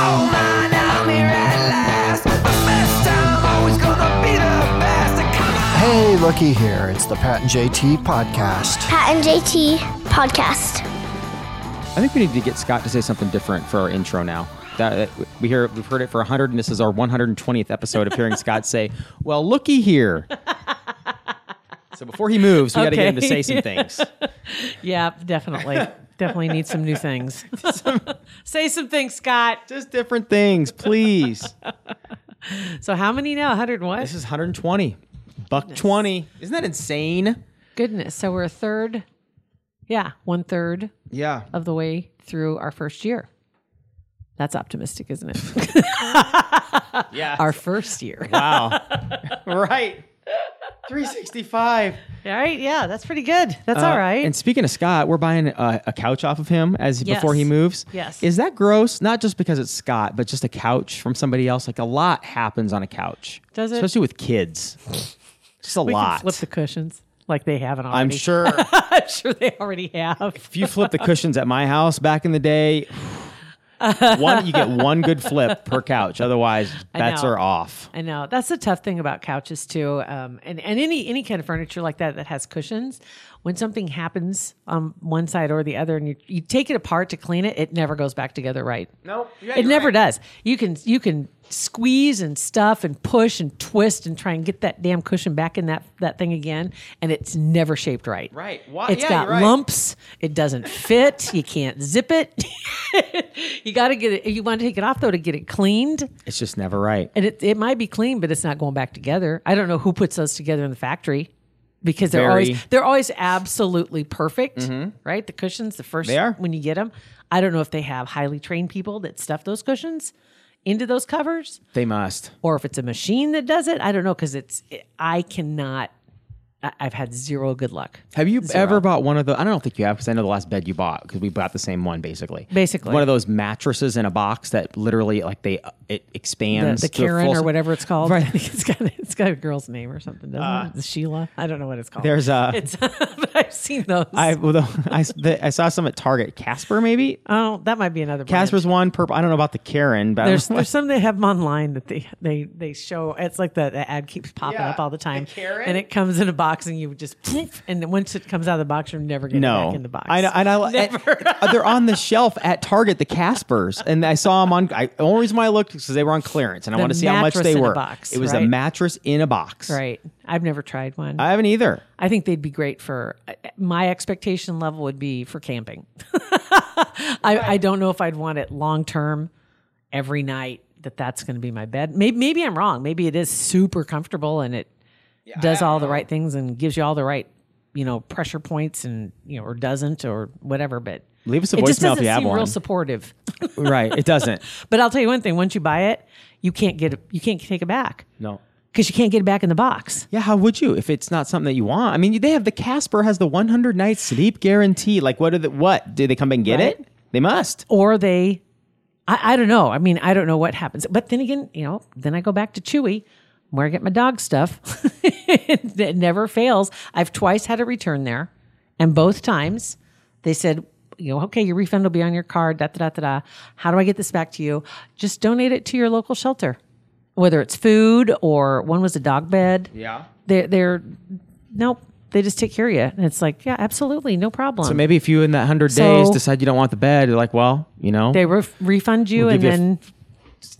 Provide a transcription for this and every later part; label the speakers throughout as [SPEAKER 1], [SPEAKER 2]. [SPEAKER 1] Oh man, I'm here at last. The best time, always gonna be the best. And come on.
[SPEAKER 2] Hey, looky here. It's the Pat and JT podcast.
[SPEAKER 3] Pat and JT podcast.
[SPEAKER 4] I think we need to get Scott to say something different for our intro now. That we hear, we've heard it for 100, and this is our 120th episode of hearing Scott say, "Well, looky here." So before he moves, we got to get him to say
[SPEAKER 5] Okay.
[SPEAKER 4] some things.
[SPEAKER 5] Yeah, definitely. definitely need some new things. Say some things, Scott.
[SPEAKER 4] Just different things, please.
[SPEAKER 5] So how many now? 100 and what?
[SPEAKER 4] This is 120, buck 20. Isn't that insane?
[SPEAKER 5] Goodness. So we're a third. Yeah, one third
[SPEAKER 4] Yeah.
[SPEAKER 5] of the way through our first year. That's optimistic, isn't it?
[SPEAKER 4] Yeah.
[SPEAKER 5] our first year. All
[SPEAKER 4] wow. right. 365.
[SPEAKER 5] right. Yeah, that's pretty good. That's all right.
[SPEAKER 4] Uh, And speaking of Scott, we're buying uh, a, a couch off of him as
[SPEAKER 5] Yes.
[SPEAKER 4] before he moves.
[SPEAKER 5] Yes.
[SPEAKER 4] Is that gross? Not just because it's Scott, but just a couch from somebody else. Like a lot happens on a couch.
[SPEAKER 5] Does it?
[SPEAKER 4] Especially with kids. Just a
[SPEAKER 5] we
[SPEAKER 4] lot.
[SPEAKER 5] can flip the cushions like they haven't already.
[SPEAKER 4] I'm sure if
[SPEAKER 5] I'm sure they already have.
[SPEAKER 4] you flip the cushions at my house back in the day, one you get one good flip per couch. Otherwise,
[SPEAKER 5] I
[SPEAKER 4] bets
[SPEAKER 5] know.
[SPEAKER 4] are off.
[SPEAKER 5] I know that's the tough thing about couches too, um, and and any any kind of furniture like that that has cushions. When something happens on one side or the other, and you you take it apart to clean it, it never goes back together right.
[SPEAKER 4] Nope. Yeah,
[SPEAKER 5] it
[SPEAKER 4] you're
[SPEAKER 5] never
[SPEAKER 4] right.
[SPEAKER 5] does. You can you can squeeze and stuff and push and twist and try and get that damn cushion back in that that thing again, and it's never shaped right.
[SPEAKER 4] Right. Why-
[SPEAKER 5] It's
[SPEAKER 4] yeah,
[SPEAKER 5] got
[SPEAKER 4] you're right.
[SPEAKER 5] lumps. It doesn't fit. you can't zip it. you got to get it. You want to take it off though to get it cleaned
[SPEAKER 4] It's just never right.
[SPEAKER 5] and it, it might be clean, but it's not going back together. I don't know who puts those together in the factory because they're
[SPEAKER 4] Very. Mm-hmm.
[SPEAKER 5] always they're always absolutely perfect, right? The cushions, the first
[SPEAKER 4] They are.
[SPEAKER 5] when you get them. I don't know if they have highly trained people that stuff those cushions into those covers,
[SPEAKER 4] They must.
[SPEAKER 5] or if it's a machine that does it. I don't know because it's I cannot. I- I've had zero good luck.
[SPEAKER 4] Have you ever bought one of the? I don't think you have because I know the last bed you bought because we bought the same one basically.
[SPEAKER 5] Basically.
[SPEAKER 4] one of those mattresses in a box that literally like they it
[SPEAKER 5] The,
[SPEAKER 4] expands.
[SPEAKER 5] the
[SPEAKER 4] to a
[SPEAKER 5] Karen
[SPEAKER 4] full-
[SPEAKER 5] or whatever it's called.
[SPEAKER 4] Right. Uh,
[SPEAKER 5] I think it's got it's got a girl's name or something, doesn't it? The Sheila. I don't know what it's called.
[SPEAKER 4] There's a.
[SPEAKER 5] it's, but I've seen those.
[SPEAKER 4] I well, the- I s- the- I saw some at Target. Casper maybe.
[SPEAKER 5] oh, that might be another. brand.
[SPEAKER 4] Casper's one purple. I don't know about the Karen, but
[SPEAKER 5] There's
[SPEAKER 4] I'm like,
[SPEAKER 5] there's some they have 'em online that they they they show. It's like the, the ad keeps popping
[SPEAKER 4] Yeah,
[SPEAKER 5] up all the time,
[SPEAKER 4] carrot.
[SPEAKER 5] and it comes in a box, and you just and then once it comes out of the box, you're never getting
[SPEAKER 4] no.
[SPEAKER 5] back in the box.
[SPEAKER 4] I know, and I and they're on the shelf at Target. The Caspers, and I saw them on. I, the only reason why I looked is because they were on clearance, and I
[SPEAKER 5] The
[SPEAKER 4] wanted to see how much
[SPEAKER 5] mattress
[SPEAKER 4] they
[SPEAKER 5] in a
[SPEAKER 4] were.
[SPEAKER 5] box,
[SPEAKER 4] it was a
[SPEAKER 5] right?
[SPEAKER 4] mattress in a box.
[SPEAKER 5] Right. I've never tried one. I,
[SPEAKER 4] I haven't either.
[SPEAKER 5] think they'd be great for. My expectation level would be for camping. I, I don't know if I'd want it long term, every night. That that's going to be my bed. Maybe maybe I'm wrong. Maybe it is super comfortable and it does all the right things and gives you all the right you know pressure points and you know or doesn't or whatever but
[SPEAKER 4] Leave us a
[SPEAKER 5] it just
[SPEAKER 4] voicemail if
[SPEAKER 5] doesn't
[SPEAKER 4] you have
[SPEAKER 5] seem real
[SPEAKER 4] one.
[SPEAKER 5] supportive
[SPEAKER 4] right. It doesn't.
[SPEAKER 5] but i'll tell you one thing once you buy it you can't get it you can't take it back
[SPEAKER 4] No.
[SPEAKER 5] because you can't get it back in the box
[SPEAKER 4] Yeah, how would you if it's not something that you want? I mean, they have the Casper has the 100 night sleep guarantee. Like, what are the what? Do they come and get
[SPEAKER 5] Right.
[SPEAKER 4] it? They must.
[SPEAKER 5] or they I, I don't know i mean i don't know what happens but then again you know then i go back to chewy where i get my dog stuff it never fails i've twice had a return there and both times they said you know okay your refund will be on your card da da da da da. how do i get this back to you just donate it to your local shelter whether it's food or one was a dog bed
[SPEAKER 4] Yeah.
[SPEAKER 5] they're, they're nope they just take care of you and it's like yeah absolutely no problem
[SPEAKER 4] So maybe if you in that 100 days
[SPEAKER 5] So-
[SPEAKER 4] decide you don't want the bed, you're like, well, you know,
[SPEAKER 5] they re- refund you
[SPEAKER 4] We'll
[SPEAKER 5] and
[SPEAKER 4] give you a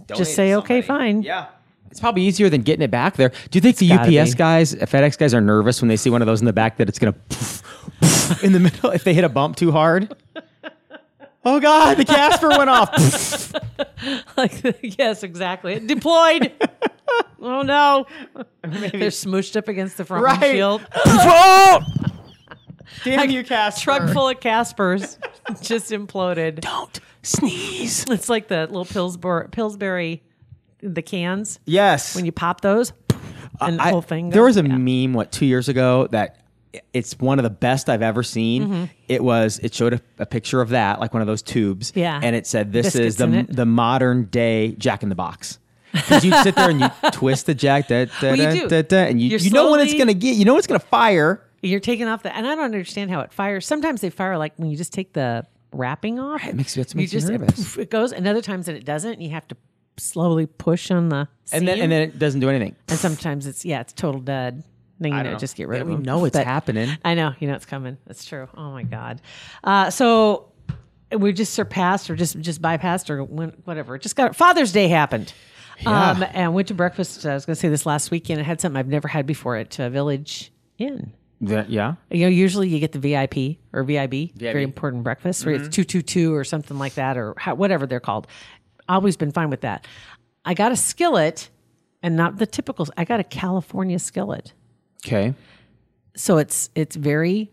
[SPEAKER 5] then just say okay fine
[SPEAKER 4] yeah. It's probably easier than getting it back there. Do you think the
[SPEAKER 5] gotta
[SPEAKER 4] UPS
[SPEAKER 5] be.
[SPEAKER 4] guys, uh, FedEx guys are nervous when they see one of those in the back that it's going to in the middle if they hit a bump too hard? Oh God, the Casper went off.
[SPEAKER 5] like yes exactly deployed oh no they're smooshed up against the front
[SPEAKER 4] Right.
[SPEAKER 5] windshield
[SPEAKER 4] Whoa! Damn you, Casper.
[SPEAKER 5] truck full of caspers just imploded
[SPEAKER 4] Don't Sneeze.
[SPEAKER 5] It's like the little Pillsbury, Pillsbury, the cans
[SPEAKER 4] Yes.
[SPEAKER 5] when you pop those, and the
[SPEAKER 4] I-
[SPEAKER 5] whole thing.
[SPEAKER 4] There
[SPEAKER 5] goes-
[SPEAKER 4] was a
[SPEAKER 5] yeah.
[SPEAKER 4] meme what two years ago that it's one of the best I've ever seen.
[SPEAKER 5] Mm-hmm.
[SPEAKER 4] It was it showed a, a picture of that like one of those tubes,
[SPEAKER 5] Yeah.
[SPEAKER 4] and it said this
[SPEAKER 5] Biscuits
[SPEAKER 4] is
[SPEAKER 5] in
[SPEAKER 4] the
[SPEAKER 5] it.
[SPEAKER 4] the modern day Jack in the Box. Because you sit there and you twist the jack, da, da,
[SPEAKER 5] Well, you
[SPEAKER 4] da,
[SPEAKER 5] do.
[SPEAKER 4] da, da, and you,
[SPEAKER 5] You're
[SPEAKER 4] you know when it's
[SPEAKER 5] slowly-
[SPEAKER 4] gonna get, you know it's gonna fire.
[SPEAKER 5] You're taking off the, and I don't understand how it fires. Sometimes they fire like when you just take the wrapping off. It
[SPEAKER 4] makes you- it makes you
[SPEAKER 5] just,
[SPEAKER 4] nervous.
[SPEAKER 5] poof, It goes, and other times that it doesn't. And you have to slowly push on the.
[SPEAKER 4] and then
[SPEAKER 5] seam.
[SPEAKER 4] and then it doesn't do anything.
[SPEAKER 5] And sometimes it's yeah, it's total dud. Then you know,
[SPEAKER 4] know.
[SPEAKER 5] just get rid
[SPEAKER 4] Yeah,
[SPEAKER 5] of
[SPEAKER 4] we
[SPEAKER 5] it.
[SPEAKER 4] know it's happening.
[SPEAKER 5] I know, you know it's coming. That's true. Oh my god. Uh, so we just surpassed or just just bypassed or went, whatever. It Just got Father's Day happened. Um, and went to breakfast. I was going to say this last weekend. I had something I've never had before at uh, Village Inn.
[SPEAKER 4] That- yeah,
[SPEAKER 5] You know, usually you get the VIP or VIB, very
[SPEAKER 4] VIB.
[SPEAKER 5] important breakfast, where it's 222 or something like that, or how, whatever they're called. Always been fine with that. I got a skillet and not the typicals. I got a California skillet.
[SPEAKER 4] okay.
[SPEAKER 5] So it's it's very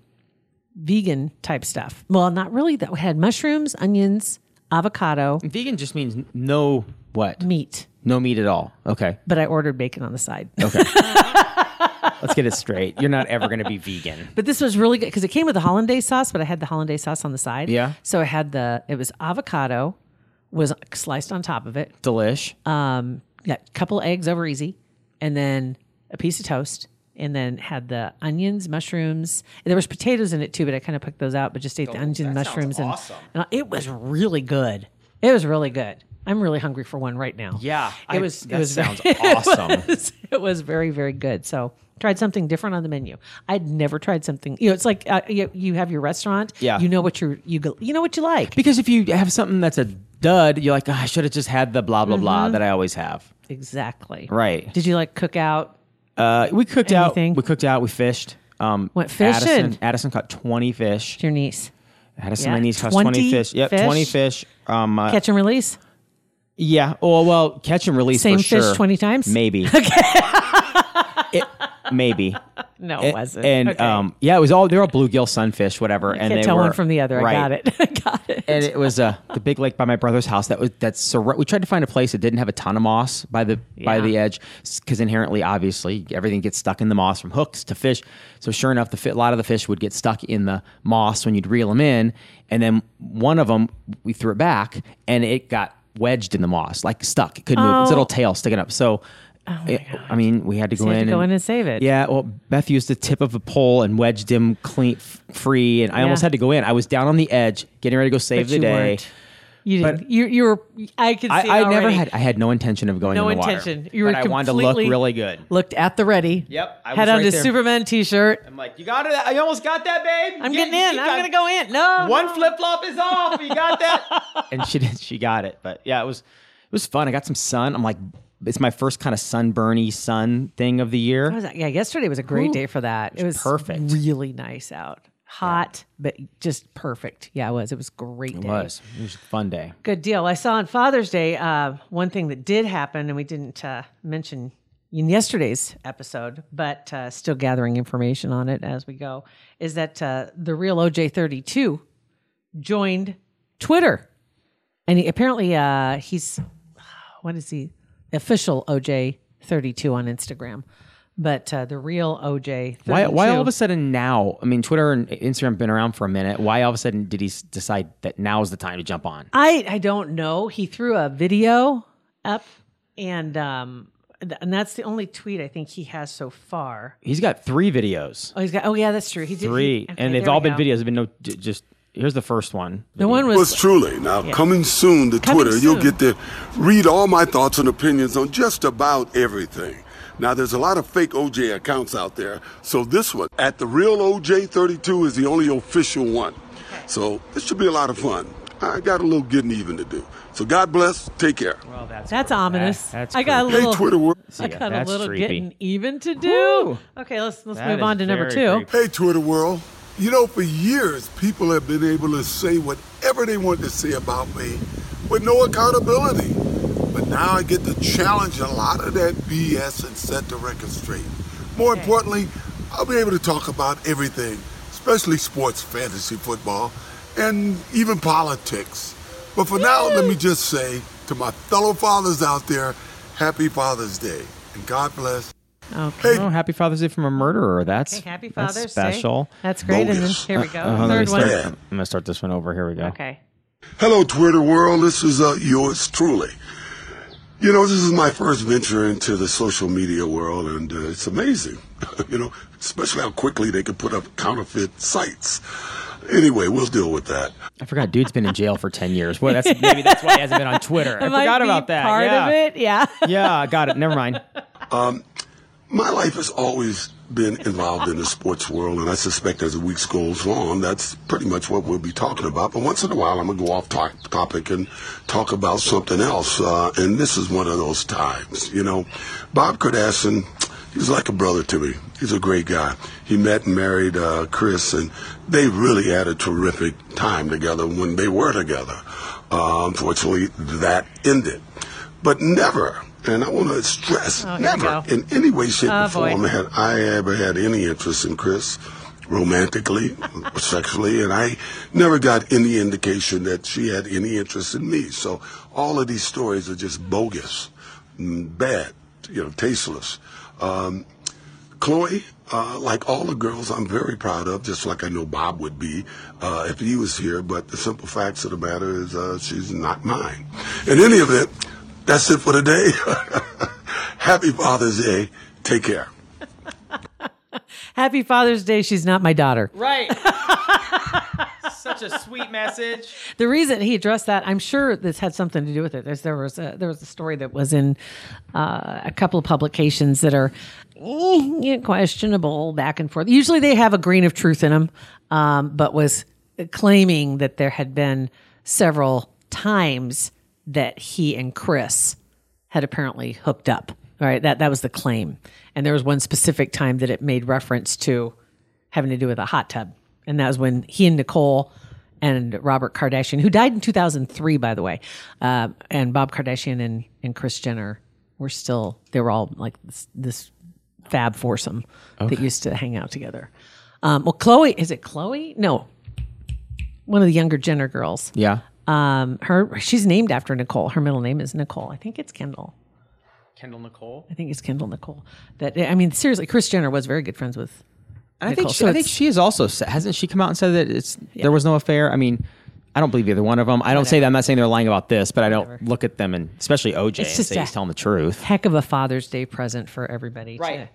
[SPEAKER 5] vegan type stuff. Well, not really that had mushrooms, onions, avocado,
[SPEAKER 4] Vegan just means n- no what,
[SPEAKER 5] meat,
[SPEAKER 4] no meat at all. Okay,
[SPEAKER 5] but I ordered bacon on the side.
[SPEAKER 4] let's get it straight. You're not ever gonna be vegan.
[SPEAKER 5] But this was really good because it came with a hollandaise sauce, but I had the hollandaise sauce on the side.
[SPEAKER 4] Yeah.
[SPEAKER 5] So I had the it was avocado was sliced on top of it.
[SPEAKER 4] Delish.
[SPEAKER 5] um, got a couple eggs over easy, and then a piece of toast, and then had the onions, mushrooms. And there was potatoes in it too, but I kind of picked those out. But just ate
[SPEAKER 4] Oh,
[SPEAKER 5] the onions, mushrooms, and, and it was really good. It was really good. I'm really hungry for one right now.
[SPEAKER 4] yeah,
[SPEAKER 5] it was.
[SPEAKER 4] That
[SPEAKER 5] it was
[SPEAKER 4] sounds
[SPEAKER 5] very,
[SPEAKER 4] awesome.
[SPEAKER 5] It was, it was very very good. So tried something different on the menu. I'd never tried something. You know, it's like uh, you, you have your restaurant.
[SPEAKER 4] Yeah.
[SPEAKER 5] you know what you you go, you know what you like.
[SPEAKER 4] Because if you have something that's a dud, you're like, "Ah, I should have just had the blah blah
[SPEAKER 5] Mm-hmm.
[SPEAKER 4] blah that I always have.
[SPEAKER 5] Exactly.
[SPEAKER 4] Right.
[SPEAKER 5] Did you like cook out?
[SPEAKER 4] Uh, we cooked
[SPEAKER 5] Anything?
[SPEAKER 4] out. We cooked out. We fished. Um,
[SPEAKER 5] Went fishing.
[SPEAKER 4] Addison, Addison caught twenty fish.
[SPEAKER 5] Your niece.
[SPEAKER 4] Addison,
[SPEAKER 5] Yeah.
[SPEAKER 4] my niece, caught twenty
[SPEAKER 5] 20
[SPEAKER 4] fish. Yep,
[SPEAKER 5] fish?
[SPEAKER 4] twenty fish. Um, uh,
[SPEAKER 5] catch and release.
[SPEAKER 4] yeah. Oh well, catch and release.
[SPEAKER 5] Same
[SPEAKER 4] for
[SPEAKER 5] fish
[SPEAKER 4] sure.
[SPEAKER 5] 20 times?
[SPEAKER 4] Maybe. It- maybe.
[SPEAKER 5] No,
[SPEAKER 4] A-
[SPEAKER 5] it wasn't.
[SPEAKER 4] And
[SPEAKER 5] Okay.
[SPEAKER 4] um, yeah, it was all. They were all bluegill, sunfish, whatever. and
[SPEAKER 5] can't
[SPEAKER 4] they
[SPEAKER 5] tell
[SPEAKER 4] were,
[SPEAKER 5] one from the other.
[SPEAKER 4] Right.
[SPEAKER 5] I got it. I got it.
[SPEAKER 4] and it was uh, the big lake by my brother's house. That was that's sur- we tried to find a place that didn't have a ton of moss by the by
[SPEAKER 5] Yeah.
[SPEAKER 4] the edge because inherently, obviously, everything gets stuck in the moss from hooks to fish. So sure enough, the fi- a lot of the fish would get stuck in the moss when you'd reel them in, and then one of them we threw it back, and it got wedged in the moss, like stuck. It couldn't move. Its
[SPEAKER 5] Oh.
[SPEAKER 4] little tail sticking up. So. it- I mean, we had to go
[SPEAKER 5] you
[SPEAKER 4] in.
[SPEAKER 5] had to go in and save it.
[SPEAKER 4] Yeah. Well, Beth used the tip of a pole and wedged him clean f- free, and I almost
[SPEAKER 5] Yeah.
[SPEAKER 4] had to go in. I was down on the edge, getting ready to go save
[SPEAKER 5] But
[SPEAKER 4] the
[SPEAKER 5] you
[SPEAKER 4] day.
[SPEAKER 5] weren't. You
[SPEAKER 4] But-
[SPEAKER 5] didn't. you you were. I could. See it
[SPEAKER 4] I, I never
[SPEAKER 5] already.
[SPEAKER 4] had. I had no intention of going.
[SPEAKER 5] no
[SPEAKER 4] in the water,
[SPEAKER 5] intention. you were
[SPEAKER 4] but I wanted to look
[SPEAKER 5] completely
[SPEAKER 4] really good.
[SPEAKER 5] Looked at the ready.
[SPEAKER 4] Yep, I
[SPEAKER 5] had
[SPEAKER 4] was
[SPEAKER 5] on
[SPEAKER 4] right
[SPEAKER 5] this
[SPEAKER 4] there.
[SPEAKER 5] Superman T-shirt.
[SPEAKER 4] I'm like, you got it. I almost got that, babe.
[SPEAKER 5] I'm getting in. I'm gonna go in. No, no.
[SPEAKER 4] flip flop is off. You got that. and she did. She got it. But yeah, it was it was fun. I got some sun. I'm like, it's my first kind of sunburny sun thing of the year.
[SPEAKER 5] What was that? Yeah, yesterday was a great day for that. It was
[SPEAKER 4] perfect.
[SPEAKER 5] Really nice out. Hot, but just perfect. Yeah, it was. It was a great.
[SPEAKER 4] It was. It was a fun day.
[SPEAKER 5] Good deal. I saw on Father's Day uh, one thing that did happen, and we didn't uh, mention in yesterday's episode, but uh, still gathering information on it as we go, is that uh, the real OJ32 joined Twitter. And he, apparently, uh, he's what is he? Official OJ32 on Instagram. But uh, the real OJ32.
[SPEAKER 4] Why, why all of a sudden now? I mean, Twitter and Instagram have been around for a minute. Why all of a sudden did he s- decide that now's the time to jump on?
[SPEAKER 5] I I don't know. He threw a video up, and um, th- and that's the only tweet I think he has so far.
[SPEAKER 4] He's got three videos.
[SPEAKER 5] Oh, he's got. Oh, yeah, that's true. He did he-
[SPEAKER 4] three,
[SPEAKER 5] okay,
[SPEAKER 4] and they've
[SPEAKER 5] there
[SPEAKER 4] all
[SPEAKER 5] we
[SPEAKER 4] been
[SPEAKER 5] go.
[SPEAKER 4] videos. There've been no j- just. Here's the first one.
[SPEAKER 5] The one
[SPEAKER 6] Yours
[SPEAKER 5] was
[SPEAKER 6] truly. Now, coming soon to
[SPEAKER 5] Coming
[SPEAKER 6] Twitter, you'll
[SPEAKER 5] soon.
[SPEAKER 6] get to read all my thoughts and opinions on just about everything. Now, there's a lot of fake OJ accounts out there, so this one, at the real OJ32, is the only official one. So, this should be a lot of fun. I got a little getting even to do. So, God bless. Take care.
[SPEAKER 5] that's ominous.
[SPEAKER 4] That- that's
[SPEAKER 5] I got a
[SPEAKER 4] creepy.
[SPEAKER 6] hey,
[SPEAKER 5] little.
[SPEAKER 6] Twitter world.
[SPEAKER 5] I
[SPEAKER 4] Yeah,
[SPEAKER 5] got a
[SPEAKER 4] that's
[SPEAKER 5] little
[SPEAKER 4] creepy.
[SPEAKER 5] getting even to do.
[SPEAKER 4] Whew.
[SPEAKER 5] Okay, let's let's
[SPEAKER 4] That
[SPEAKER 5] move
[SPEAKER 4] is
[SPEAKER 5] on to number
[SPEAKER 4] very
[SPEAKER 5] two.
[SPEAKER 4] creepy.
[SPEAKER 6] Hey, Twitter world. You know, for years, people have been able to say whatever they want to say about me with no accountability. But now I get to challenge a lot of that BS and set the record straight. More importantly, I'll be able to talk about everything, especially sports, fantasy football, and even politics. But for now, let me just say to my fellow fathers out there, Happy Father's Day and God bless.
[SPEAKER 5] Okay.
[SPEAKER 4] Oh, happy Father's Day from a murderer. That's
[SPEAKER 5] Okay, happy
[SPEAKER 4] that's
[SPEAKER 5] Father's Day.
[SPEAKER 4] special.
[SPEAKER 5] That's great. And then
[SPEAKER 6] Bogus.
[SPEAKER 5] here we go.
[SPEAKER 4] Uh, hold on, let me
[SPEAKER 5] Third one.
[SPEAKER 4] start- I'm gonna start this one over. Here we go.
[SPEAKER 5] Okay.
[SPEAKER 6] Hello, Twitter world. This is uh, yours truly. You know, this is my first venture into the social media world, and uh, it's amazing. you know, especially how quickly they can put up counterfeit sites. Anyway, we'll deal with that.
[SPEAKER 4] I forgot. Dude's been in jail for ten years. Well, that's maybe that's why he hasn't been on Twitter. I
[SPEAKER 5] Might
[SPEAKER 4] forgot
[SPEAKER 5] be
[SPEAKER 4] about that.
[SPEAKER 5] Part
[SPEAKER 4] yeah.
[SPEAKER 5] of it. Yeah.
[SPEAKER 4] Yeah, I got it. Never mind.
[SPEAKER 6] My life has always been involved in the sports world, and I suspect as the weeks goes on, that's pretty much what we'll be talking about. But once in a while, I'm gonna go off to- topic and talk about something else, uh, and this is one of those times. You know, Bob Kardashian, he's like a brother to me. He's a great guy. He met and married uh, Chris, and they really had a terrific time together when they were together. Uh, unfortunately, that ended, but never. And I want to stress,
[SPEAKER 5] Oh, here we
[SPEAKER 6] never
[SPEAKER 5] go.
[SPEAKER 6] in any way, shape,
[SPEAKER 5] Oh,
[SPEAKER 6] or form
[SPEAKER 5] boy.
[SPEAKER 6] had I ever had any interest in Chris romantically, sexually, and I never got any indication that she had any interest in me. So all of these stories are just bogus, mm, bad, you know, tasteless. Um, Chloe, uh, like all the girls, I'm very proud of, just like I know Bob would be uh, if he was here. But the simple facts of the matter is, uh, she's not mine. In any event, that's it for today. Happy Father's Day. Take care.
[SPEAKER 5] Happy Father's Day. She's not my daughter.
[SPEAKER 4] Right. Such a sweet message.
[SPEAKER 5] The reason he addressed that, I'm sure this had something to do with it. There's, there was a, there was a story that was in uh, a couple of publications that are eh, questionable back and forth. Usually they have a grain of truth in them, um, but was claiming that there had been several times that he and Chris had apparently hooked up. All right, that that was the claim, and there was one specific time that it made reference to having to do with a hot tub, and that was when he and Nicole and Robert Kardashian, who died in 2003, by the way, uh, and Bob Kardashian and and Chris Jenner were still they were all like this, this fab foursome that used to hang out together. Um, well, Chloe is it Chloe? No, one of the younger Jenner girls
[SPEAKER 4] Yeah.
[SPEAKER 5] um her she's named after nicole her middle name is nicole i think it's kendall
[SPEAKER 4] Kendall Nicole.
[SPEAKER 5] i think it's kendall nicole that i mean seriously chris jenner was very good friends with
[SPEAKER 4] And I
[SPEAKER 5] Nicole,
[SPEAKER 4] think she,
[SPEAKER 5] so
[SPEAKER 4] I think
[SPEAKER 5] it's-
[SPEAKER 4] she is also sa- hasn't she come out and said that it's there was no affair. I mean, I don't believe either one of them. I don't say that. I'm not saying they're lying about this, but I don't look at them and especially OJ and
[SPEAKER 5] just
[SPEAKER 4] say
[SPEAKER 5] a-
[SPEAKER 4] he's telling the truth.
[SPEAKER 5] heck of a father's day present for everybody to
[SPEAKER 4] Right.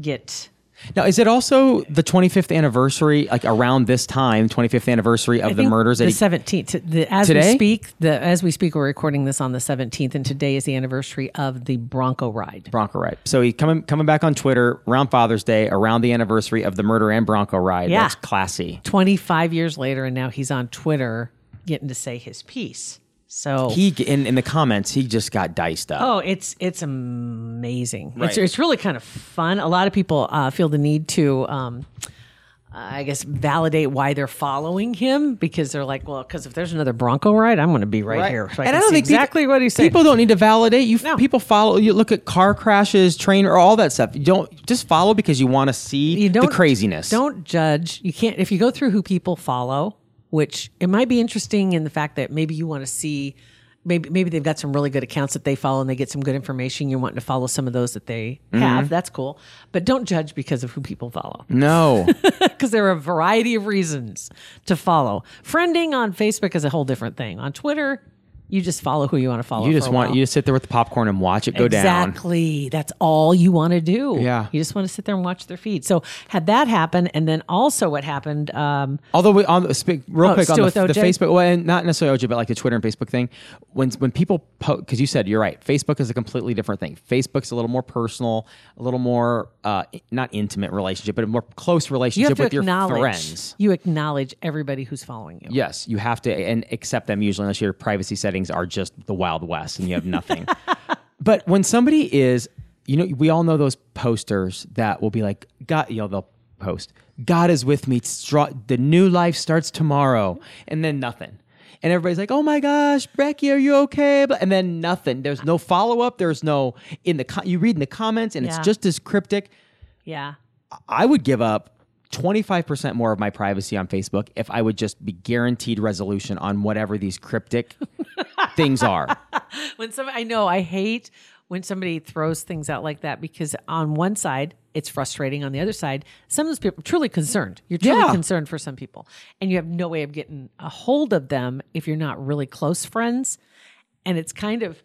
[SPEAKER 5] get
[SPEAKER 4] Now, is it also the 25th anniversary, like around this time, 25th anniversary of
[SPEAKER 5] I
[SPEAKER 4] the
[SPEAKER 5] think
[SPEAKER 4] murders?
[SPEAKER 5] the
[SPEAKER 4] that he-
[SPEAKER 5] 17th the, as we
[SPEAKER 4] Today?
[SPEAKER 5] speak the as we speak we're recording this on the 17th and today is the anniversary of the bronco ride
[SPEAKER 4] Bronco ride. So he coming coming back on Twitter around Father's Day, around the anniversary of the murder and Bronco ride.
[SPEAKER 5] Yeah.
[SPEAKER 4] That's classy.
[SPEAKER 5] 25 years later and now he's on twitter getting to say his piece so
[SPEAKER 4] He g- in, in the comments, he just got diced up.
[SPEAKER 5] Oh, it's it's amazing. It's
[SPEAKER 4] Right.
[SPEAKER 5] it's really kind of fun. A lot of people uh, feel the need to, um, I guess, validate why they're following him because they're like, well, because if there's another Bronco ride, I'm going to be right, here. So I can see exactly
[SPEAKER 4] people,
[SPEAKER 5] what he's saying.
[SPEAKER 4] People don't need to validate you.
[SPEAKER 5] No.
[SPEAKER 4] People follow. You look at car crashes, train, or all that stuff. You don't just follow because you want to see
[SPEAKER 5] you don't
[SPEAKER 4] the craziness.
[SPEAKER 5] Don't judge. You can't if you go through who people follow, which it might be interesting in the fact that maybe you want to see maybe maybe they've got some really good accounts that they follow and they get some good information. You're wanting to follow some of those that they
[SPEAKER 4] Mm-hmm.
[SPEAKER 5] have. That's cool. But don't judge because of who people follow.
[SPEAKER 4] No,
[SPEAKER 5] Because there are a variety of reasons to follow. Friending on Facebook is a whole different thing. On Twitter, you just follow who you want to follow.
[SPEAKER 4] you just
[SPEAKER 5] for a
[SPEAKER 4] want
[SPEAKER 5] while.
[SPEAKER 4] you just sit there with the popcorn and watch it go down.
[SPEAKER 5] Exactly. That's all you want to do.
[SPEAKER 4] Yeah.
[SPEAKER 5] You just want to sit there and watch their feed. So had that happen, and then also what happened? Um,
[SPEAKER 4] Although we, on the, speak, real
[SPEAKER 5] Oh,
[SPEAKER 4] quick on
[SPEAKER 5] still
[SPEAKER 4] the,
[SPEAKER 5] with
[SPEAKER 4] the
[SPEAKER 5] OJ?
[SPEAKER 4] Facebook, well, and not necessarily OJ, but like the Twitter and Facebook thing, when when people because you said you're right, Facebook is a completely different thing. Facebook's a little more personal, a little more uh, not intimate relationship, but a more close
[SPEAKER 5] you have
[SPEAKER 4] relationship
[SPEAKER 5] to
[SPEAKER 4] with your
[SPEAKER 5] acknowledge.
[SPEAKER 4] friends.
[SPEAKER 5] You acknowledge everybody who's following you.
[SPEAKER 4] Yes, you have to and accept them usually, unless your privacy settings are just the Wild West and you have nothing. but when somebody is, you know, we all know those posters that will be like, God, you know, they'll post, God is with me. Stra- the new life starts tomorrow. And then nothing. And everybody's like, oh my gosh, Becky, are you okay? But- And then nothing. There's no follow up. There's no, in the, co- you read in the comments and
[SPEAKER 5] Yeah.
[SPEAKER 4] it's just as cryptic.
[SPEAKER 5] Yeah.
[SPEAKER 4] I would give up 25% more of my privacy on Facebook if I would just be guaranteed resolution on whatever these cryptic things are.
[SPEAKER 5] when some I know I hate when somebody throws things out like that because on one side it's frustrating on the other side some of those people are truly concerned you're truly
[SPEAKER 4] Yeah.
[SPEAKER 5] concerned for some people and you have no way of getting a hold of them if you're not really close friends and it's kind of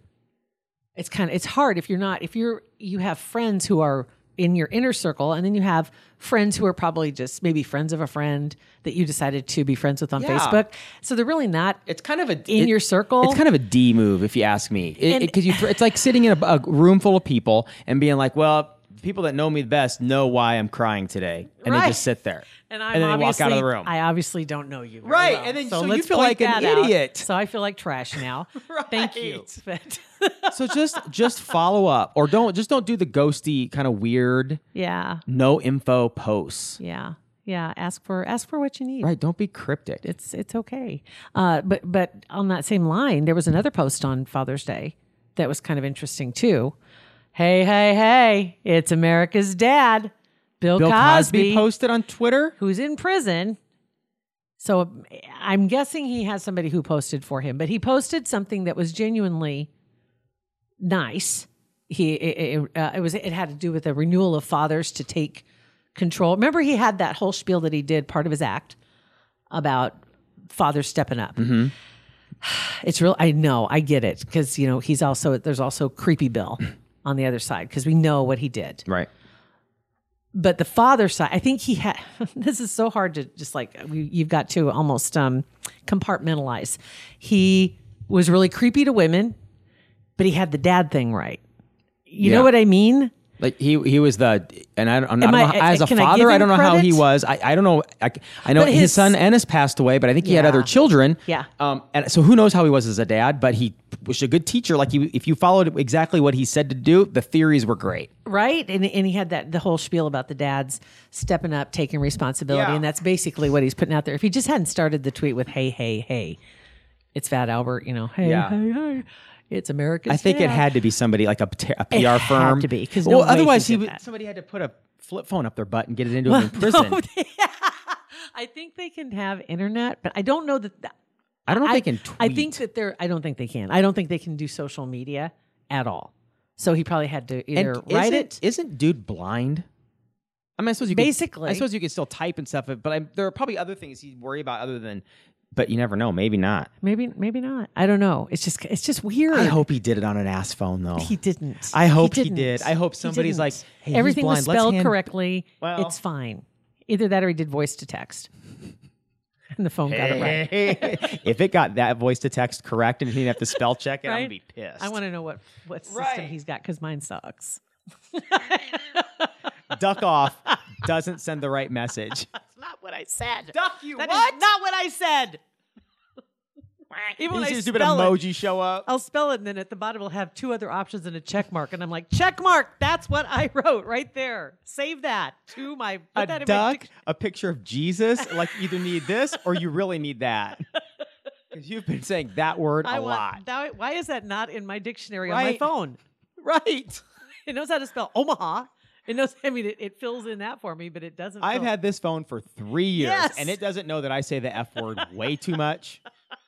[SPEAKER 5] it's kind of it's hard if you're not if you're you have friends who are in your inner circle and then you have friends who are probably just maybe friends of a friend that you decided to be friends with on
[SPEAKER 4] Yeah.
[SPEAKER 5] Facebook so they're really not
[SPEAKER 4] It's kind of a
[SPEAKER 5] In your circle?
[SPEAKER 4] It's kind of a D move, if you ask me,
[SPEAKER 5] And-
[SPEAKER 4] because you it's like sitting in a, a room full of people and being like, "Well, the people that know me the best know why I'm crying today," and
[SPEAKER 5] Right.
[SPEAKER 4] they just sit there
[SPEAKER 5] And I'm
[SPEAKER 4] then they walk
[SPEAKER 5] obviously,
[SPEAKER 4] out of the room.
[SPEAKER 5] I obviously don't know you, very
[SPEAKER 4] Right,
[SPEAKER 5] well.
[SPEAKER 4] and then- so you
[SPEAKER 5] let's
[SPEAKER 4] feel
[SPEAKER 5] point
[SPEAKER 4] like an
[SPEAKER 5] that out.
[SPEAKER 4] idiot.
[SPEAKER 5] So I feel like trash now. Thank you. But-
[SPEAKER 4] so just just follow up, or don't just don't do the ghosty kind of weird
[SPEAKER 5] yeah,
[SPEAKER 4] no info posts.
[SPEAKER 5] yeah, yeah. Ask for ask for what you need.
[SPEAKER 4] Right? Don't be cryptic.
[SPEAKER 5] It's it's okay. Uh, but but on that same line, there was another post on Father's Day that was kind of interesting too. Hey hey hey! It's America's dad, Bill,
[SPEAKER 4] Bill Cosby
[SPEAKER 5] Cosby
[SPEAKER 4] posted on Twitter.
[SPEAKER 5] who's in prison. So I'm guessing he has somebody who posted for him, but he posted something that was genuinely nice. He it, it, uh, it was it had to do with a renewal of fathers to take control. Remember, he had that whole spiel that he did part of his act about fathers stepping up. It's real. I know. I get it because you know he's also there's also creepy Bill on the other side because we know what he did
[SPEAKER 4] Right.
[SPEAKER 5] but the father side, I think he had. This is so hard to just like you, you've got to almost um, compartmentalize. He was really creepy to women, but he had the dad thing right. You
[SPEAKER 4] Yeah.
[SPEAKER 5] know what I mean?
[SPEAKER 4] Like he he was the and I don't, I'm not,
[SPEAKER 5] Am
[SPEAKER 4] I
[SPEAKER 5] I-
[SPEAKER 4] don't know, as a
[SPEAKER 5] can I give
[SPEAKER 4] father I,
[SPEAKER 5] him
[SPEAKER 4] don't know how he
[SPEAKER 5] credit?
[SPEAKER 4] was I, I don't know I, I know
[SPEAKER 5] But
[SPEAKER 4] his,
[SPEAKER 5] his-
[SPEAKER 4] son Ennis passed away but I think he had
[SPEAKER 5] Yeah.
[SPEAKER 4] other children
[SPEAKER 5] Yeah.
[SPEAKER 4] um and so who knows how he was as a dad but he was a good teacher like you if you followed exactly what he said to do the theories were great
[SPEAKER 5] Right? And and he had that the whole spiel about the dads stepping up, taking responsibility,
[SPEAKER 4] Yeah.
[SPEAKER 5] and that's basically what he's putting out there. If he just hadn't started the tweet with "Hey, hey, hey," it's Fat Albert, you know, "Hey,
[SPEAKER 4] Yeah.
[SPEAKER 5] hey, hey," it's America's.
[SPEAKER 4] I think it
[SPEAKER 5] dad.
[SPEAKER 4] had to be somebody like a, p- a PR
[SPEAKER 5] had
[SPEAKER 4] firm
[SPEAKER 5] to be, 'cause no
[SPEAKER 4] well
[SPEAKER 5] way he
[SPEAKER 4] otherwise he,
[SPEAKER 5] did
[SPEAKER 4] would
[SPEAKER 5] that.
[SPEAKER 4] somebody had to put a flip phone up their butt and get it into him in prison
[SPEAKER 5] I think they can have internet, but I don't know that. that
[SPEAKER 4] I don't know if they can tweet
[SPEAKER 5] I think that they're. I don't think they can. I don't think they can do social media at all. So he probably had to either
[SPEAKER 4] and
[SPEAKER 5] write
[SPEAKER 4] isn't,
[SPEAKER 5] it.
[SPEAKER 4] Isn't dude blind? I mean, I suppose you
[SPEAKER 5] Basically.
[SPEAKER 4] Could, I suppose you could still type and stuff, but I, there are probably other things he'd worry about other than. But you never know. Maybe not.
[SPEAKER 5] Maybe, maybe not. I don't know. It's just, it's just weird.
[SPEAKER 4] I hope he did it on an ass phone though.
[SPEAKER 5] he didn't.
[SPEAKER 4] I hope he
[SPEAKER 5] didn't.
[SPEAKER 4] did. I hope
[SPEAKER 5] He
[SPEAKER 4] somebody's
[SPEAKER 5] didn't.
[SPEAKER 4] like, "Hey, he's
[SPEAKER 5] everything was
[SPEAKER 4] blind. Let's
[SPEAKER 5] spelled
[SPEAKER 4] hand-"
[SPEAKER 5] correctly.
[SPEAKER 4] Well-
[SPEAKER 5] it's fine. Either that or he did voice to text, and the phone got it right.
[SPEAKER 4] if it got that voice to text correct and he didn't have to spell check it, I'm gonna
[SPEAKER 5] Right?
[SPEAKER 4] be pissed.
[SPEAKER 5] I want to know what what system he's got because mine sucks.
[SPEAKER 4] to duck off. Doesn't send the right message.
[SPEAKER 5] Not what I said.
[SPEAKER 4] Duck you.
[SPEAKER 5] That is
[SPEAKER 4] what?
[SPEAKER 5] not what I said. Even when
[SPEAKER 4] You see
[SPEAKER 5] I
[SPEAKER 4] a stupid
[SPEAKER 5] spell it,
[SPEAKER 4] emoji show up.
[SPEAKER 5] I'll spell it, and then at the bottom it'll have two other options and a check mark, and I'm like, check mark. That's what I wrote right there. Save that to my put
[SPEAKER 4] a
[SPEAKER 5] that in my
[SPEAKER 4] duck,
[SPEAKER 5] dic-
[SPEAKER 4] a picture of Jesus. Like you either need this or you really need that. Because you've been saying that word a
[SPEAKER 5] I want-
[SPEAKER 4] lot.
[SPEAKER 5] that- why is that not in my dictionary on my
[SPEAKER 4] Right.
[SPEAKER 5] phone?
[SPEAKER 4] right.
[SPEAKER 5] It knows how to spell Omaha. It knows. I mean, it, it fills in that for me, but it doesn't.
[SPEAKER 4] I've
[SPEAKER 5] fill-
[SPEAKER 4] had this phone for three years
[SPEAKER 5] Yes.
[SPEAKER 4] and it doesn't know that I say the F word way too much.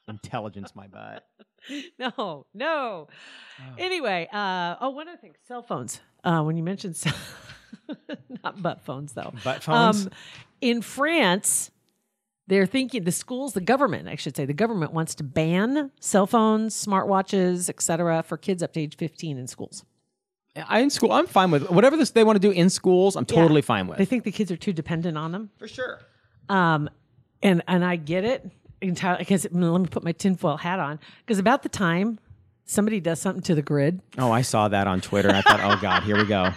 [SPEAKER 4] Intelligence, my butt.
[SPEAKER 5] no, no.
[SPEAKER 4] Oh.
[SPEAKER 5] Anyway, uh, oh, one other thing, cell phones. Uh, when you mentioned cell, not butt phones though. Um,
[SPEAKER 4] Butt phones?
[SPEAKER 5] in France, they're thinking the schools, the government, I should say, the government wants to ban cell phones, smartwatches, etc., for kids up to age fifteen in schools.
[SPEAKER 4] I in school, I'm fine with whatever this they want to do in schools. I'm totally
[SPEAKER 5] Yeah.
[SPEAKER 4] fine with
[SPEAKER 5] They think the kids are too dependent on them.
[SPEAKER 4] for sure.
[SPEAKER 5] Um, and and I get it entirely because let me put my tinfoil hat on because about the time somebody does something to the grid,
[SPEAKER 4] Oh, I saw that on Twitter and I thought, oh god, here we go.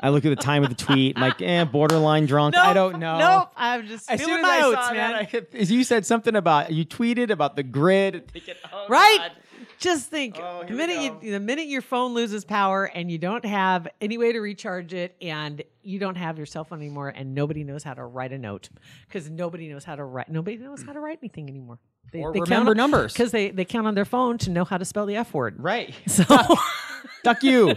[SPEAKER 4] I looked at the time of the tweet, like, eh, borderline drunk. I don't know.
[SPEAKER 5] Nope, I'm just
[SPEAKER 4] As soon
[SPEAKER 5] doing
[SPEAKER 4] as
[SPEAKER 5] my
[SPEAKER 4] I
[SPEAKER 5] oats,
[SPEAKER 4] saw
[SPEAKER 5] man.
[SPEAKER 4] that, I, you said something about you tweeted about the grid.
[SPEAKER 5] right? Just think,
[SPEAKER 4] Oh,
[SPEAKER 5] the
[SPEAKER 4] here we
[SPEAKER 5] minute you, the minute your phone loses power and you don't have any way to recharge it, and you don't have your cell phone anymore, and nobody knows how to write a note because nobody knows how to write. Nobody knows how to write anything anymore. They,
[SPEAKER 4] Or remember numbers.
[SPEAKER 5] because they they count on their phone to know how to spell the f word.
[SPEAKER 4] Right.
[SPEAKER 5] So
[SPEAKER 4] Duck you.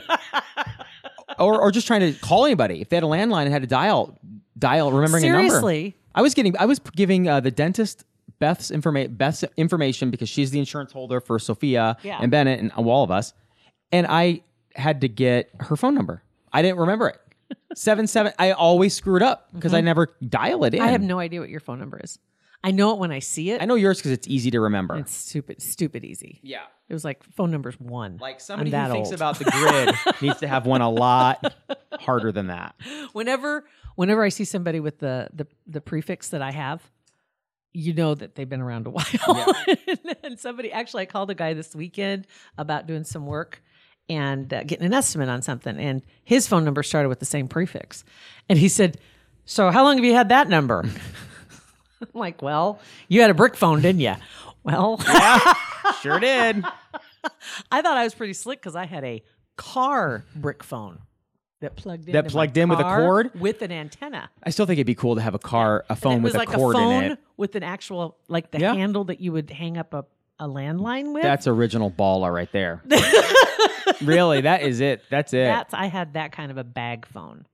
[SPEAKER 4] or or just trying to call anybody. If they had a landline and had to dial dial remembering a number.
[SPEAKER 5] Seriously?
[SPEAKER 4] I was getting I was giving uh, the dentist Beth's information Beth's information because she's the insurance holder for Sophia
[SPEAKER 5] Yeah.
[SPEAKER 4] and Bennett and all of us, and I had to get her phone number. I didn't remember it. seven seven. I always screw it up because I never dial it in.
[SPEAKER 5] Mm-hmm. I have no idea what your phone number is. I know it when I see it.
[SPEAKER 4] I know yours because it's easy to remember.
[SPEAKER 5] It's stupid, stupid easy.
[SPEAKER 4] yeah.
[SPEAKER 5] It was like phone numbers one.
[SPEAKER 4] Like
[SPEAKER 5] I'm
[SPEAKER 4] somebody who
[SPEAKER 5] that
[SPEAKER 4] thinks
[SPEAKER 5] old.
[SPEAKER 4] about the grid needs to have one a lot harder than that.
[SPEAKER 5] whenever whenever I see somebody with the the, the prefix that I have, you know that they've been around a while. and somebody actually, I called a guy this weekend about doing some work and uh, getting an estimate on something, and his phone number started with the same prefix, and he said, "So how long have you had that number?" I'm like, "Well, you had a brick phone, didn't you?" Well,
[SPEAKER 4] Sure did.
[SPEAKER 5] I thought I was pretty slick because I had a car brick phone. That plugged in
[SPEAKER 4] That plugged in with a cord?
[SPEAKER 5] with an antenna.
[SPEAKER 4] I still think it'd be cool to have a car, a phone
[SPEAKER 5] it was
[SPEAKER 4] with
[SPEAKER 5] like
[SPEAKER 4] a cord
[SPEAKER 5] phone
[SPEAKER 4] in it.
[SPEAKER 5] with an actual like the
[SPEAKER 4] Yeah.
[SPEAKER 5] handle that you would hang up a, a landline with.
[SPEAKER 4] That's original baller right there. really, that is it. That's it.
[SPEAKER 5] That's- I had that kind of a bag phone.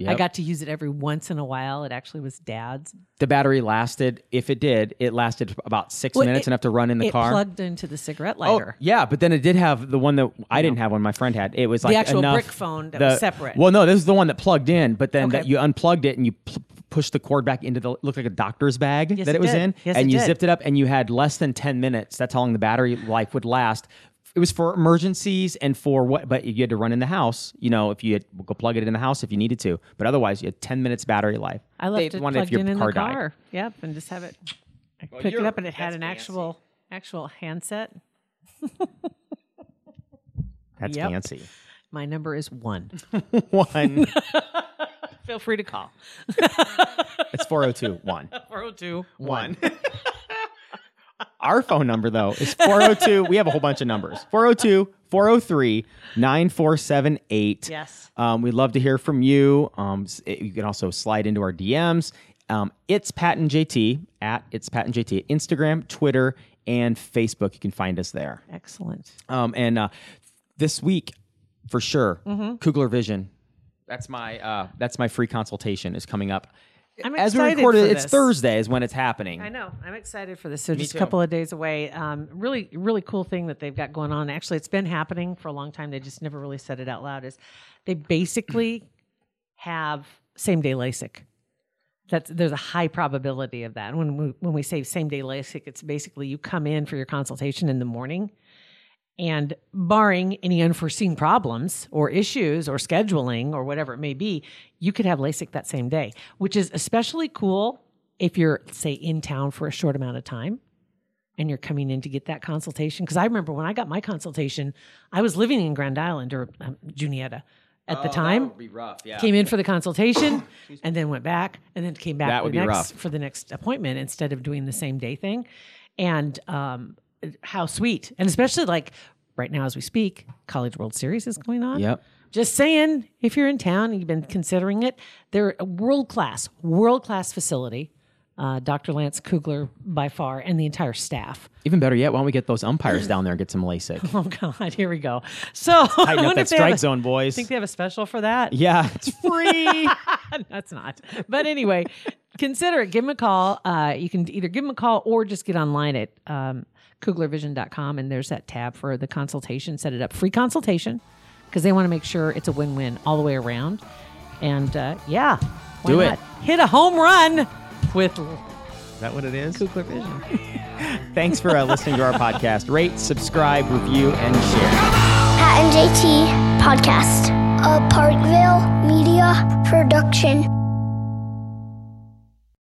[SPEAKER 5] I
[SPEAKER 4] Yep.
[SPEAKER 5] got to use it every once in a while. It actually was dad's.
[SPEAKER 4] the battery lasted. If it did, it lasted about six
[SPEAKER 5] Well,
[SPEAKER 4] minutes
[SPEAKER 5] it-
[SPEAKER 4] enough to run in the
[SPEAKER 5] it
[SPEAKER 4] car.
[SPEAKER 5] plugged into the cigarette
[SPEAKER 4] Oh
[SPEAKER 5] lighter.
[SPEAKER 4] yeah, but then it did have the one that I didn't have. One my friend had. It was like
[SPEAKER 5] actual
[SPEAKER 4] enough-
[SPEAKER 5] brick phone that was separate.
[SPEAKER 4] Well, no, this is the one that plugged in, but then that
[SPEAKER 5] Okay.
[SPEAKER 4] you unplugged it and you pl- pushed the cord back into the looked like a doctor's bag that it,
[SPEAKER 5] it
[SPEAKER 4] was
[SPEAKER 5] did.
[SPEAKER 4] in,
[SPEAKER 5] Yes,
[SPEAKER 4] and
[SPEAKER 5] it
[SPEAKER 4] you
[SPEAKER 5] did.
[SPEAKER 4] zipped it up, and you had less than ten minutes. That's how long the battery life would last. It was for emergencies and for what, but you had to run in the house. You know, if you had go plug it in the house if you needed to, but ototherwise you had ten minutes battery life.
[SPEAKER 5] I left
[SPEAKER 4] They
[SPEAKER 5] it
[SPEAKER 4] wanted if
[SPEAKER 5] plugged
[SPEAKER 4] your
[SPEAKER 5] in in the
[SPEAKER 4] died.
[SPEAKER 5] car. Yep, and just have it. I picked it
[SPEAKER 4] you're-
[SPEAKER 5] up and it had
[SPEAKER 4] that's
[SPEAKER 5] an
[SPEAKER 4] fancy.
[SPEAKER 5] actual actual handset.
[SPEAKER 4] That's
[SPEAKER 5] Yep.
[SPEAKER 4] fancy.
[SPEAKER 5] My number is one.
[SPEAKER 4] One.
[SPEAKER 5] Feel free to call.
[SPEAKER 4] it's four zero two one.
[SPEAKER 5] 402
[SPEAKER 4] one. Our phone number, though, is 402. we have a whole bunch of numbers 402 403 9478.
[SPEAKER 5] Yes.
[SPEAKER 4] Um, we'd love to hear from you. Um, s- it- you can also slide into our DMs. Um, it's Pat and JT at it's Pat and JT at Instagram, Twitter, and Facebook. You can find us there.
[SPEAKER 5] Excellent.
[SPEAKER 4] Um, and uh, this week, for sure,
[SPEAKER 5] Mm-hmm.
[SPEAKER 4] Kugler Vision. That's my uh, that's my free consultation is coming up.
[SPEAKER 5] I'm
[SPEAKER 4] As we
[SPEAKER 5] excited
[SPEAKER 4] recorded,
[SPEAKER 5] for
[SPEAKER 4] it's
[SPEAKER 5] this.
[SPEAKER 4] Thursday is when it's happening.
[SPEAKER 5] I know. I'm excited for this. So just
[SPEAKER 4] too.
[SPEAKER 5] a couple of days away. Um, really, really cool thing that they've got going on. Actually, it's been happening for a long time. They just never really said it out loud. Is they basically have same day LASIK. That's there's a high probability of that. And when we when we say same day LASIK, it's basically you come in for your consultation in the morning, and barring any unforeseen problems or issues or scheduling or whatever it may be, you could have LASIK that same day, which is especially cool if you're, say, in town for a short amount of time and you're coming in to get that consultation. Because I remember when I got my consultation, I was living in Grand Island or um, Junieta
[SPEAKER 4] Oh,
[SPEAKER 5] at the time.
[SPEAKER 4] rough. Yeah.
[SPEAKER 5] Came in for the consultation and then went back and then came back
[SPEAKER 4] That would
[SPEAKER 5] the
[SPEAKER 4] be
[SPEAKER 5] next,
[SPEAKER 4] rough.
[SPEAKER 5] for the next appointment instead of doing the same day thing. And um, how sweet. And especially like right now as we speak, College World Series is going on.
[SPEAKER 4] Yep.
[SPEAKER 5] Just saying, if you're in town and you've been considering it, they're a world class, world class facility. Uh, Dr. Lance Kugler, by far, and the entire staff.
[SPEAKER 4] Even better yet, why don't we get those umpires down there and get some LASIK?
[SPEAKER 5] Oh God, here we go. So I
[SPEAKER 4] Tighten up
[SPEAKER 5] wonder
[SPEAKER 4] that
[SPEAKER 5] if they have
[SPEAKER 4] strike
[SPEAKER 5] a-
[SPEAKER 4] zone, boys.
[SPEAKER 5] Think they have a special for that?
[SPEAKER 4] yeah, it's free.
[SPEAKER 5] That's not. But anyway, consider it. Give them a call. Uh, you can either give them a call or just get online at um, kuglervision.com. And there's that tab for the consultation. Set it up free consultation because they want to make sure it's a win win all the way around. And uh, yeah, why
[SPEAKER 4] Do it.
[SPEAKER 5] not? Hit a home run with
[SPEAKER 4] is that what it is?
[SPEAKER 5] Kugler Vision.
[SPEAKER 4] Thanks for uh, listening to our podcast. Rate, subscribe, review, and share.
[SPEAKER 3] Pat and JT Podcast. A Parkville Media Production.